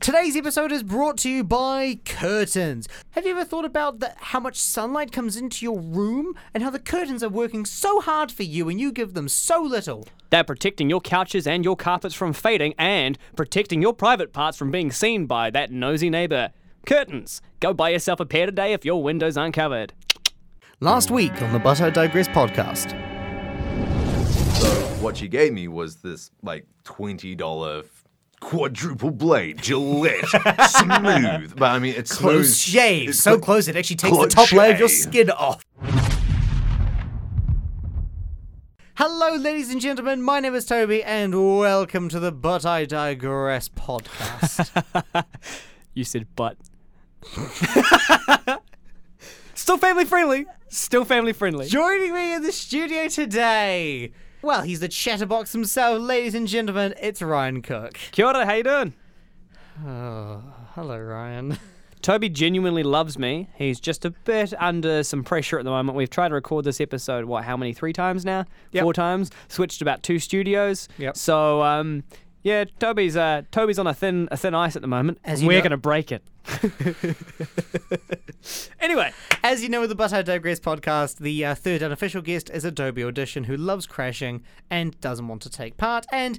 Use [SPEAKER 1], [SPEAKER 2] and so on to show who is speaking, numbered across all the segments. [SPEAKER 1] Today's episode is brought to you by curtains. Have you ever thought about the, how much sunlight comes into your room and how the curtains are working so hard for you and you give them so little?
[SPEAKER 2] They're protecting your couches and your carpets from fading and protecting your private parts from being seen by that nosy neighbour. Curtains! Go buy yourself a pair today if your windows aren't covered.
[SPEAKER 1] Last week on the But I Digress podcast.
[SPEAKER 3] So what she gave me was this like twenty dollar quadruple blade Gillette smooth. But I mean, it's
[SPEAKER 1] Close
[SPEAKER 3] smooth.
[SPEAKER 1] shave,
[SPEAKER 3] it's
[SPEAKER 1] so
[SPEAKER 3] cl-
[SPEAKER 1] close it actually takes the
[SPEAKER 3] close
[SPEAKER 1] top layer of your
[SPEAKER 3] shave.
[SPEAKER 1] skin off. Hello, ladies and gentlemen. My name is Toby, and welcome to the But I Digress podcast.
[SPEAKER 2] You said but. Still family friendly. Still family friendly.
[SPEAKER 1] Joining me in the studio today. Well, he's the chatterbox himself, ladies and gentlemen. It's Ryan Cook.
[SPEAKER 2] Kia ora, how you doing?
[SPEAKER 1] Oh, hello, Ryan.
[SPEAKER 2] Toby genuinely loves me. He's just a bit under some pressure at the moment. We've tried to record this episode, what, how many? Three times now?
[SPEAKER 1] Yep.
[SPEAKER 2] Four times? Switched about two studios.
[SPEAKER 1] Yep.
[SPEAKER 2] So, um, yeah, Toby's uh, Toby's on a thin a thin ice at the moment.
[SPEAKER 1] As
[SPEAKER 2] and
[SPEAKER 1] you
[SPEAKER 2] We're
[SPEAKER 1] know-
[SPEAKER 2] gonna break it. anyway,
[SPEAKER 1] As you know, with the But I Digress podcast, the uh, third unofficial guest is Adobe Audition who loves crashing and doesn't want to take part, and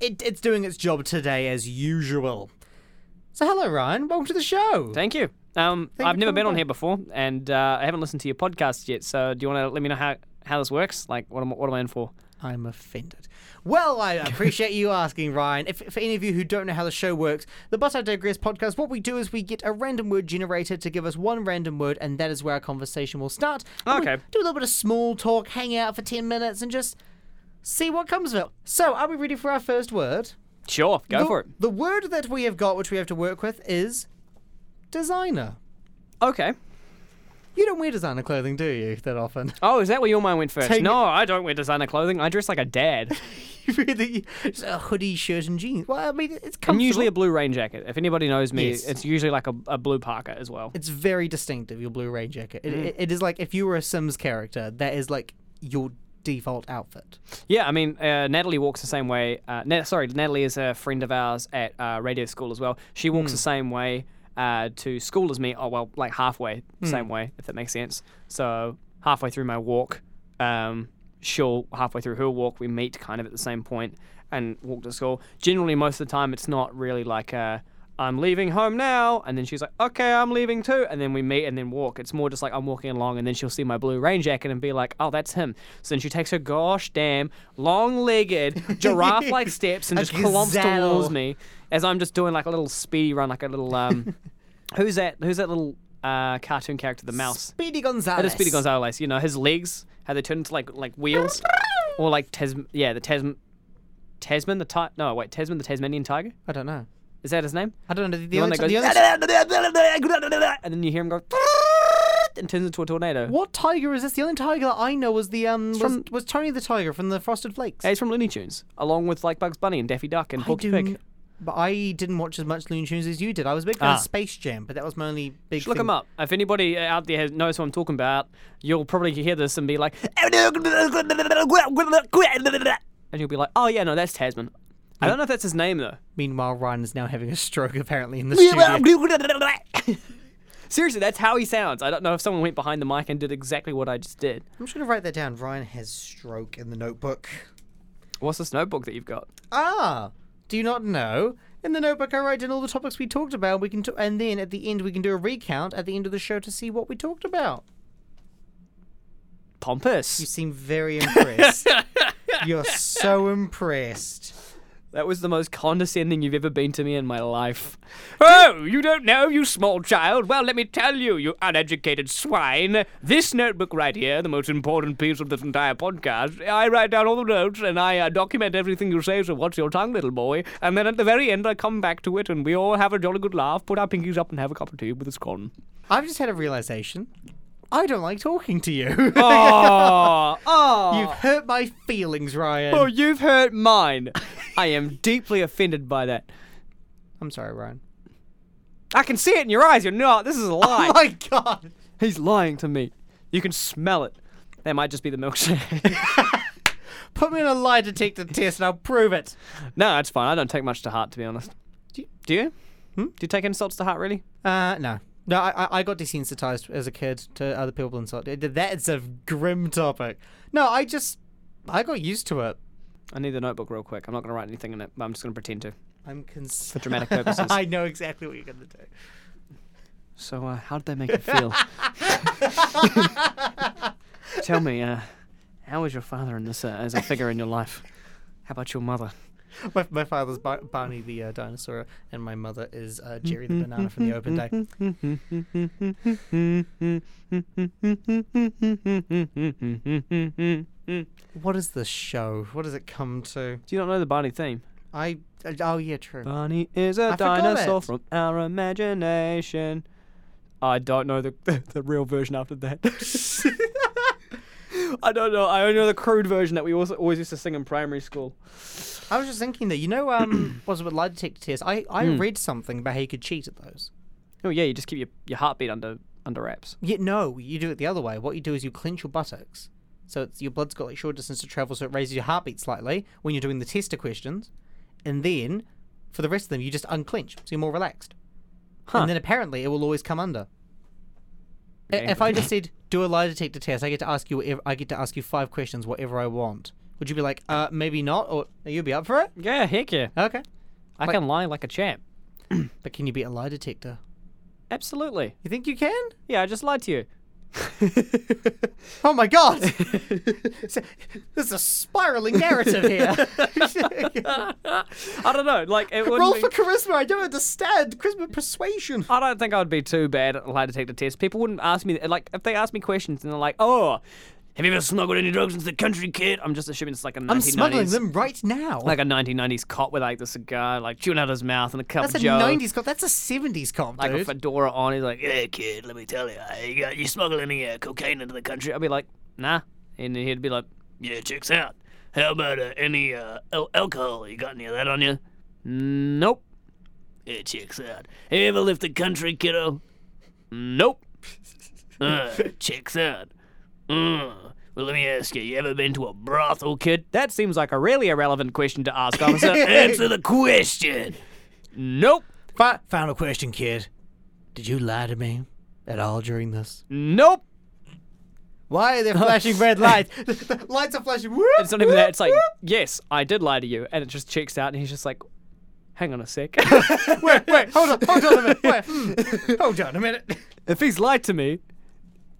[SPEAKER 1] it, it's doing its job today as usual. So, hello, Ryan. Welcome to the show.
[SPEAKER 2] thank you. Um,
[SPEAKER 1] Thank
[SPEAKER 2] I've
[SPEAKER 1] you
[SPEAKER 2] never
[SPEAKER 1] for
[SPEAKER 2] been on
[SPEAKER 1] coming
[SPEAKER 2] here before, and uh, I haven't listened to your podcast yet. So, do you want to let me know how, how this works? Like, what am what am I in for?
[SPEAKER 1] I'm offended. Well, I appreciate you asking, Ryan. If, for any of you who don't know how the show works, the But I Digress podcast, what we do is we get a random word generator to give us one random word, and that is where our conversation will start. And we
[SPEAKER 2] Okay.
[SPEAKER 1] do a little bit of small talk, hang out for 10 minutes, and just see what comes of it. So, are we ready for our first word?
[SPEAKER 2] Sure, go
[SPEAKER 1] the,
[SPEAKER 2] for it.
[SPEAKER 1] The word that we have got, which we have to work with, is designer.
[SPEAKER 2] Okay.
[SPEAKER 1] You don't wear designer clothing, do you, that often?
[SPEAKER 2] Oh, is that where your mind went first?
[SPEAKER 1] Take-
[SPEAKER 2] no, I don't wear designer clothing. I dress like a dad.
[SPEAKER 1] you really, just a hoodie, shirt, and jeans. Well, I mean, it's comfortable.
[SPEAKER 2] And usually a blue rain jacket. If anybody knows me,
[SPEAKER 1] Yes.
[SPEAKER 2] it's usually like a, a blue parka as well.
[SPEAKER 1] It's very distinctive, your Blue Ray jacket.
[SPEAKER 2] Mm.
[SPEAKER 1] It, it, it is like if you were a Sims character, that is like your default outfit.
[SPEAKER 2] Yeah, I mean, uh, Natalie walks the same way. Uh, Na- sorry, Natalie is a friend of ours at uh, radio school as well. She
[SPEAKER 1] Hmm.
[SPEAKER 2] walks the same way uh, to school as me. Oh, well, like halfway,
[SPEAKER 1] Hmm.
[SPEAKER 2] same way, if that makes sense. So halfway through my walk, um, she'll, halfway through her walk, we meet kind of at the same point and walk to school. Generally, most of the time, it's not really like a. I'm leaving home now, and then she's like, "Okay, I'm leaving too." And then we meet and then walk. It's more just like I'm walking along, and then she'll see my blue rain jacket and be like, "Oh, that's him." So then she takes her gosh damn long-legged giraffe-like steps and
[SPEAKER 1] A
[SPEAKER 2] just clomps
[SPEAKER 1] gazelle.
[SPEAKER 2] towards me as I'm just doing like a little speedy run, like a little um, who's that? Who's that little uh, cartoon character, the mouse?
[SPEAKER 1] Speedy Gonzales.
[SPEAKER 2] That is Speedy Gonzales. You know his legs, how they turn into like like wheels, or like Tasm, yeah, the Tasman, Tasman the ti- no wait, Tasman the Tasmanian tiger.
[SPEAKER 1] I don't know.
[SPEAKER 2] Is that his name?
[SPEAKER 1] I don't know. The,
[SPEAKER 2] The one
[SPEAKER 1] only,
[SPEAKER 2] that goes,
[SPEAKER 1] the only-
[SPEAKER 2] and then you hear him go, and turns into a tornado.
[SPEAKER 1] what tiger is this? The only tiger that I know was the um was,
[SPEAKER 2] from-
[SPEAKER 1] was Tony the tiger from the Frosted Flakes.
[SPEAKER 2] Yeah, he's from Looney Tunes, along with like Bugs Bunny and Daffy Duck and
[SPEAKER 1] I
[SPEAKER 2] Porky
[SPEAKER 1] do
[SPEAKER 2] Pig.
[SPEAKER 1] n- but I didn't watch as much Looney Tunes as you did. I was a big fan
[SPEAKER 2] Ah.
[SPEAKER 1] of Space Jam, but that was my only big.
[SPEAKER 2] Look
[SPEAKER 1] thing.
[SPEAKER 2] him up. If anybody uh, out there has- knows what I'm talking about, you'll probably hear this and be like, and you'll be like, oh yeah, no, that's Tasman. I don't know if that's his name though.
[SPEAKER 1] Meanwhile, Ryan is now having a stroke apparently in the studio.
[SPEAKER 2] Seriously, that's how he sounds. I don't know if someone went behind the mic and did exactly what I just did.
[SPEAKER 1] I'm just gonna write that down. Ryan has stroke in the notebook.
[SPEAKER 2] What's this notebook that you've got?
[SPEAKER 1] Ah, do you not know? In the notebook, I write down all the topics we talked about. We can, t- and then at the end, we can do a recount at the end of the show to see what we talked about.
[SPEAKER 2] Pompous.
[SPEAKER 1] You seem very impressed. You're so impressed.
[SPEAKER 2] That was the most condescending you've ever been to me in my life. Oh, you don't know, you small child? Well, let me tell you, you uneducated swine. This notebook right here, the most important piece of this entire podcast, I write down all the notes and I uh, document everything you say, so watch your tongue, little boy. And then at the very end, I come back to it and we all have a jolly good laugh, put our pinkies up, and have a cup of tea with a scone.
[SPEAKER 1] I've just had a realization. I don't like talking to you.
[SPEAKER 2] Oh, oh.
[SPEAKER 1] You've hurt my feelings, Ryan.
[SPEAKER 2] Oh, you've hurt mine. I am deeply offended by that.
[SPEAKER 1] I'm sorry, Ryan.
[SPEAKER 2] I can see it in your eyes. You're not. This is a lie.
[SPEAKER 1] Oh my god.
[SPEAKER 2] He's lying to me. You can smell it. That might just be the milkshake.
[SPEAKER 1] Put me on a lie detector test and I'll prove it.
[SPEAKER 2] no, it's fine. I don't take much to heart, to be honest. Do you? Do you? Do you take insults to heart, really?
[SPEAKER 1] Uh, no. No, I, I- I got desensitized as a kid to other people and so that's a grim topic. No, I just I got used to it.
[SPEAKER 2] I need the notebook real quick. I'm not going to write anything in it, but I'm just going to pretend to.
[SPEAKER 1] I'm concerned for
[SPEAKER 2] dramatic purposes.
[SPEAKER 1] I know exactly what you're gonna do.
[SPEAKER 2] So, uh, how did they make you feel? Tell me, uh, how was your father in this uh, as a figure in your life? How about your mother?
[SPEAKER 1] My, my father's Bar- Barney the uh, dinosaur, and my mother is uh, Jerry the banana from the open day.
[SPEAKER 2] Do
[SPEAKER 1] What is this show? What does it come to?
[SPEAKER 2] you not know the Barney theme?
[SPEAKER 1] I oh yeah, true.
[SPEAKER 2] Barney is a
[SPEAKER 1] I forgot
[SPEAKER 2] dinosaur
[SPEAKER 1] it.
[SPEAKER 2] from our imagination. I don't know the the, real version after that. I don't know. I only know the crude version that we also always used to sing in primary school.
[SPEAKER 1] I was just thinking that you know um was with lie detector tests. I I read something about how you could cheat at those.
[SPEAKER 2] Oh yeah, you just keep your, your heartbeat under under wraps.
[SPEAKER 1] Yeah, no, you do it the other way. What you do is you clench your buttocks, so it's, your blood's got like short distance to travel, so it raises your heartbeat slightly when you're doing the tester questions, and then for the rest of them you just unclench, so you're more relaxed.
[SPEAKER 2] Huh.
[SPEAKER 1] And then apparently it will always come under. I-
[SPEAKER 2] Okay.
[SPEAKER 1] If I just said do a lie detector test, I get to ask you whatever, I get to ask you five questions, whatever I want. Would you be like, uh, maybe not, or you'd be up for it?
[SPEAKER 2] Yeah, heck yeah.
[SPEAKER 1] Okay,
[SPEAKER 2] I can lie like a champ.
[SPEAKER 1] but can you beat a lie detector?
[SPEAKER 2] Absolutely.
[SPEAKER 1] You think you can?
[SPEAKER 2] Yeah, I just lied to you.
[SPEAKER 1] Oh my god! So- There's a spiraling narrative here.
[SPEAKER 2] I don't know. Like it would.
[SPEAKER 1] Roll for charisma. I don't understand. Charisma persuasion.
[SPEAKER 2] I don't think I would be too bad at a lie detector test. People wouldn't ask me like if they ask me questions and they're like, "Oh, have you ever smuggled any drugs into the country, kid?" I'm just assuming it's like a 1990s,
[SPEAKER 1] I'm smuggling them right now.
[SPEAKER 2] like a 1990s cop with like the cigar like chewing out his mouth and a cup
[SPEAKER 1] that's a
[SPEAKER 2] of Joe,
[SPEAKER 1] 90s cop. That's a 70s cop,
[SPEAKER 2] like a
[SPEAKER 1] dude.
[SPEAKER 2] fedora on. He's like, "Yeah, kid, let me tell you, you got- you smuggling any uh, cocaine into the country?" I'd be like, "Nah," and he'd be like, "Yeah, checks out. How about uh, any uh, al- alcohol? You got any of that on you?" Nope. Yeah, checks out. Have you ever left the country, kiddo? Nope. Uh, checks out. Uh, well, let me ask you, you ever been to a brothel, kid? That seems like a really irrelevant question to ask, officer. Answer the question. Nope.
[SPEAKER 1] Fi- Final question, kid. Did you lie to me at all during this?
[SPEAKER 2] Nope.
[SPEAKER 1] Why are there flashing red lights? The- the lights are flashing. Whoop,
[SPEAKER 2] It's not even that. It's like, yes, I did lie to you. And it just checks out, and he's just like, hang on a sec.
[SPEAKER 1] wait, wait, hold on, hold on a minute. Wait, hmm, hold on a minute.
[SPEAKER 2] if he's lied to me,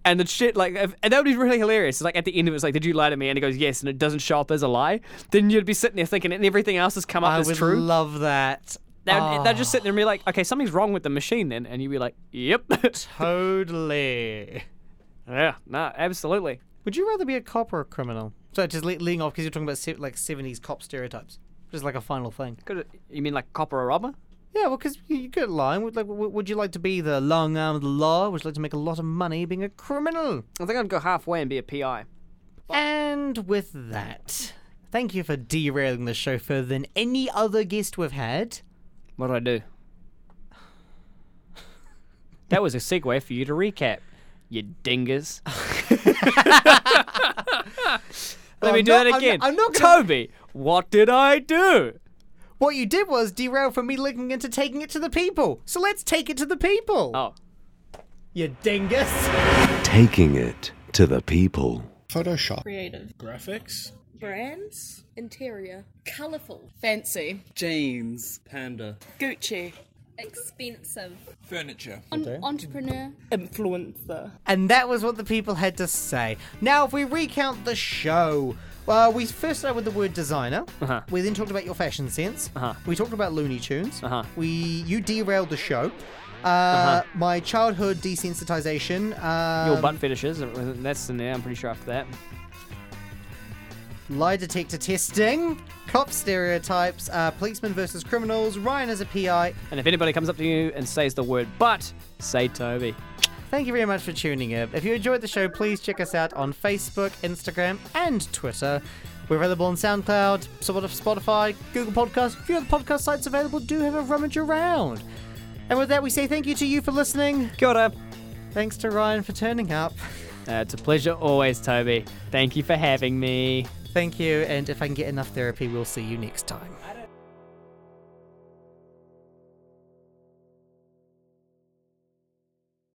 [SPEAKER 2] and the shit, like, if, and that would be really hilarious. It's like at the end of it, it's like, did you lie to me? And he goes, yes, and it doesn't show up as a lie. Then you'd be sitting there thinking, and everything else has come up
[SPEAKER 1] I
[SPEAKER 2] as
[SPEAKER 1] would
[SPEAKER 2] true.
[SPEAKER 1] love that.
[SPEAKER 2] they're,
[SPEAKER 1] Ah,
[SPEAKER 2] they're just sitting there and be like, okay, something's wrong with the machine then. And you'd be like, yep.
[SPEAKER 1] Totally.
[SPEAKER 2] yeah, no, absolutely.
[SPEAKER 1] Would you rather be a cop or a criminal? So just le- leading off because you're talking about se- like 70s cop stereotypes. Just like a final thing.
[SPEAKER 2] Good. You mean like copper or robber?
[SPEAKER 1] Yeah, well, because you get lying. Would like, w- would you like to be the long arm of the law? Would you like to make a lot of money being a criminal?
[SPEAKER 2] I think I'd go halfway and be a PI.
[SPEAKER 1] And with that, thank you for derailing the show further than any other guest we've had.
[SPEAKER 2] What do I do? That was a segue for you to recap, you dingus. Let me
[SPEAKER 1] I'm
[SPEAKER 2] do
[SPEAKER 1] not- I'm
[SPEAKER 2] that
[SPEAKER 1] not-
[SPEAKER 2] again.
[SPEAKER 1] I'm not gonna-
[SPEAKER 2] Toby, what did I do?
[SPEAKER 1] What you did was derail from me looking into taking it to the people. So let's take it to the people.
[SPEAKER 2] Oh.
[SPEAKER 1] You dingus.
[SPEAKER 4] Taking it to the people.
[SPEAKER 5] Photoshop.
[SPEAKER 6] Creative.
[SPEAKER 7] Graphics?
[SPEAKER 6] Brands. Interior. Colourful. Fancy.
[SPEAKER 8] James Panda.
[SPEAKER 6] Gucci. Expensive.
[SPEAKER 7] Furniture.
[SPEAKER 9] entrepreneur.
[SPEAKER 6] Influencer.
[SPEAKER 1] And that was what the people had to say. Now, if we recount the show, well, we first started with the word designer.
[SPEAKER 2] Uh-huh.
[SPEAKER 1] We then talked about your fashion sense. Uh-huh. We talked about Looney Tunes.
[SPEAKER 2] Uh-huh.
[SPEAKER 1] We you derailed the show. Uh, My childhood desensitization. Um,
[SPEAKER 2] Your butt finishes. uh, That's in there, I'm pretty sure, after that.
[SPEAKER 1] Lie detector testing. Cop stereotypes. Uh, policemen versus criminals. Ryan as a PI.
[SPEAKER 2] And if anybody comes up to you and says the word but, say Toby.
[SPEAKER 1] Thank you very much for tuning in. If you enjoyed the show, please check us out on Facebook, Instagram, and Twitter. We're available on SoundCloud, sort of Spotify, Google Podcasts, a few other podcast sites available. Do have a rummage around. And with that, we say thank you to you for listening.
[SPEAKER 2] Kia ora.
[SPEAKER 1] Thanks to Ryan for turning up.
[SPEAKER 2] Uh, it's a pleasure always, Toby. Thank you for having me.
[SPEAKER 1] Thank you, and if I can get enough therapy, we'll see you next time.